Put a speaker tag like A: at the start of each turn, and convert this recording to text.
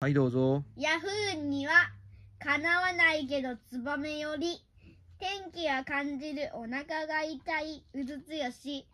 A: はい、どうぞ。
B: ヤフーにはかなわないけどツバメより天気は感じるお腹が痛いうずつよし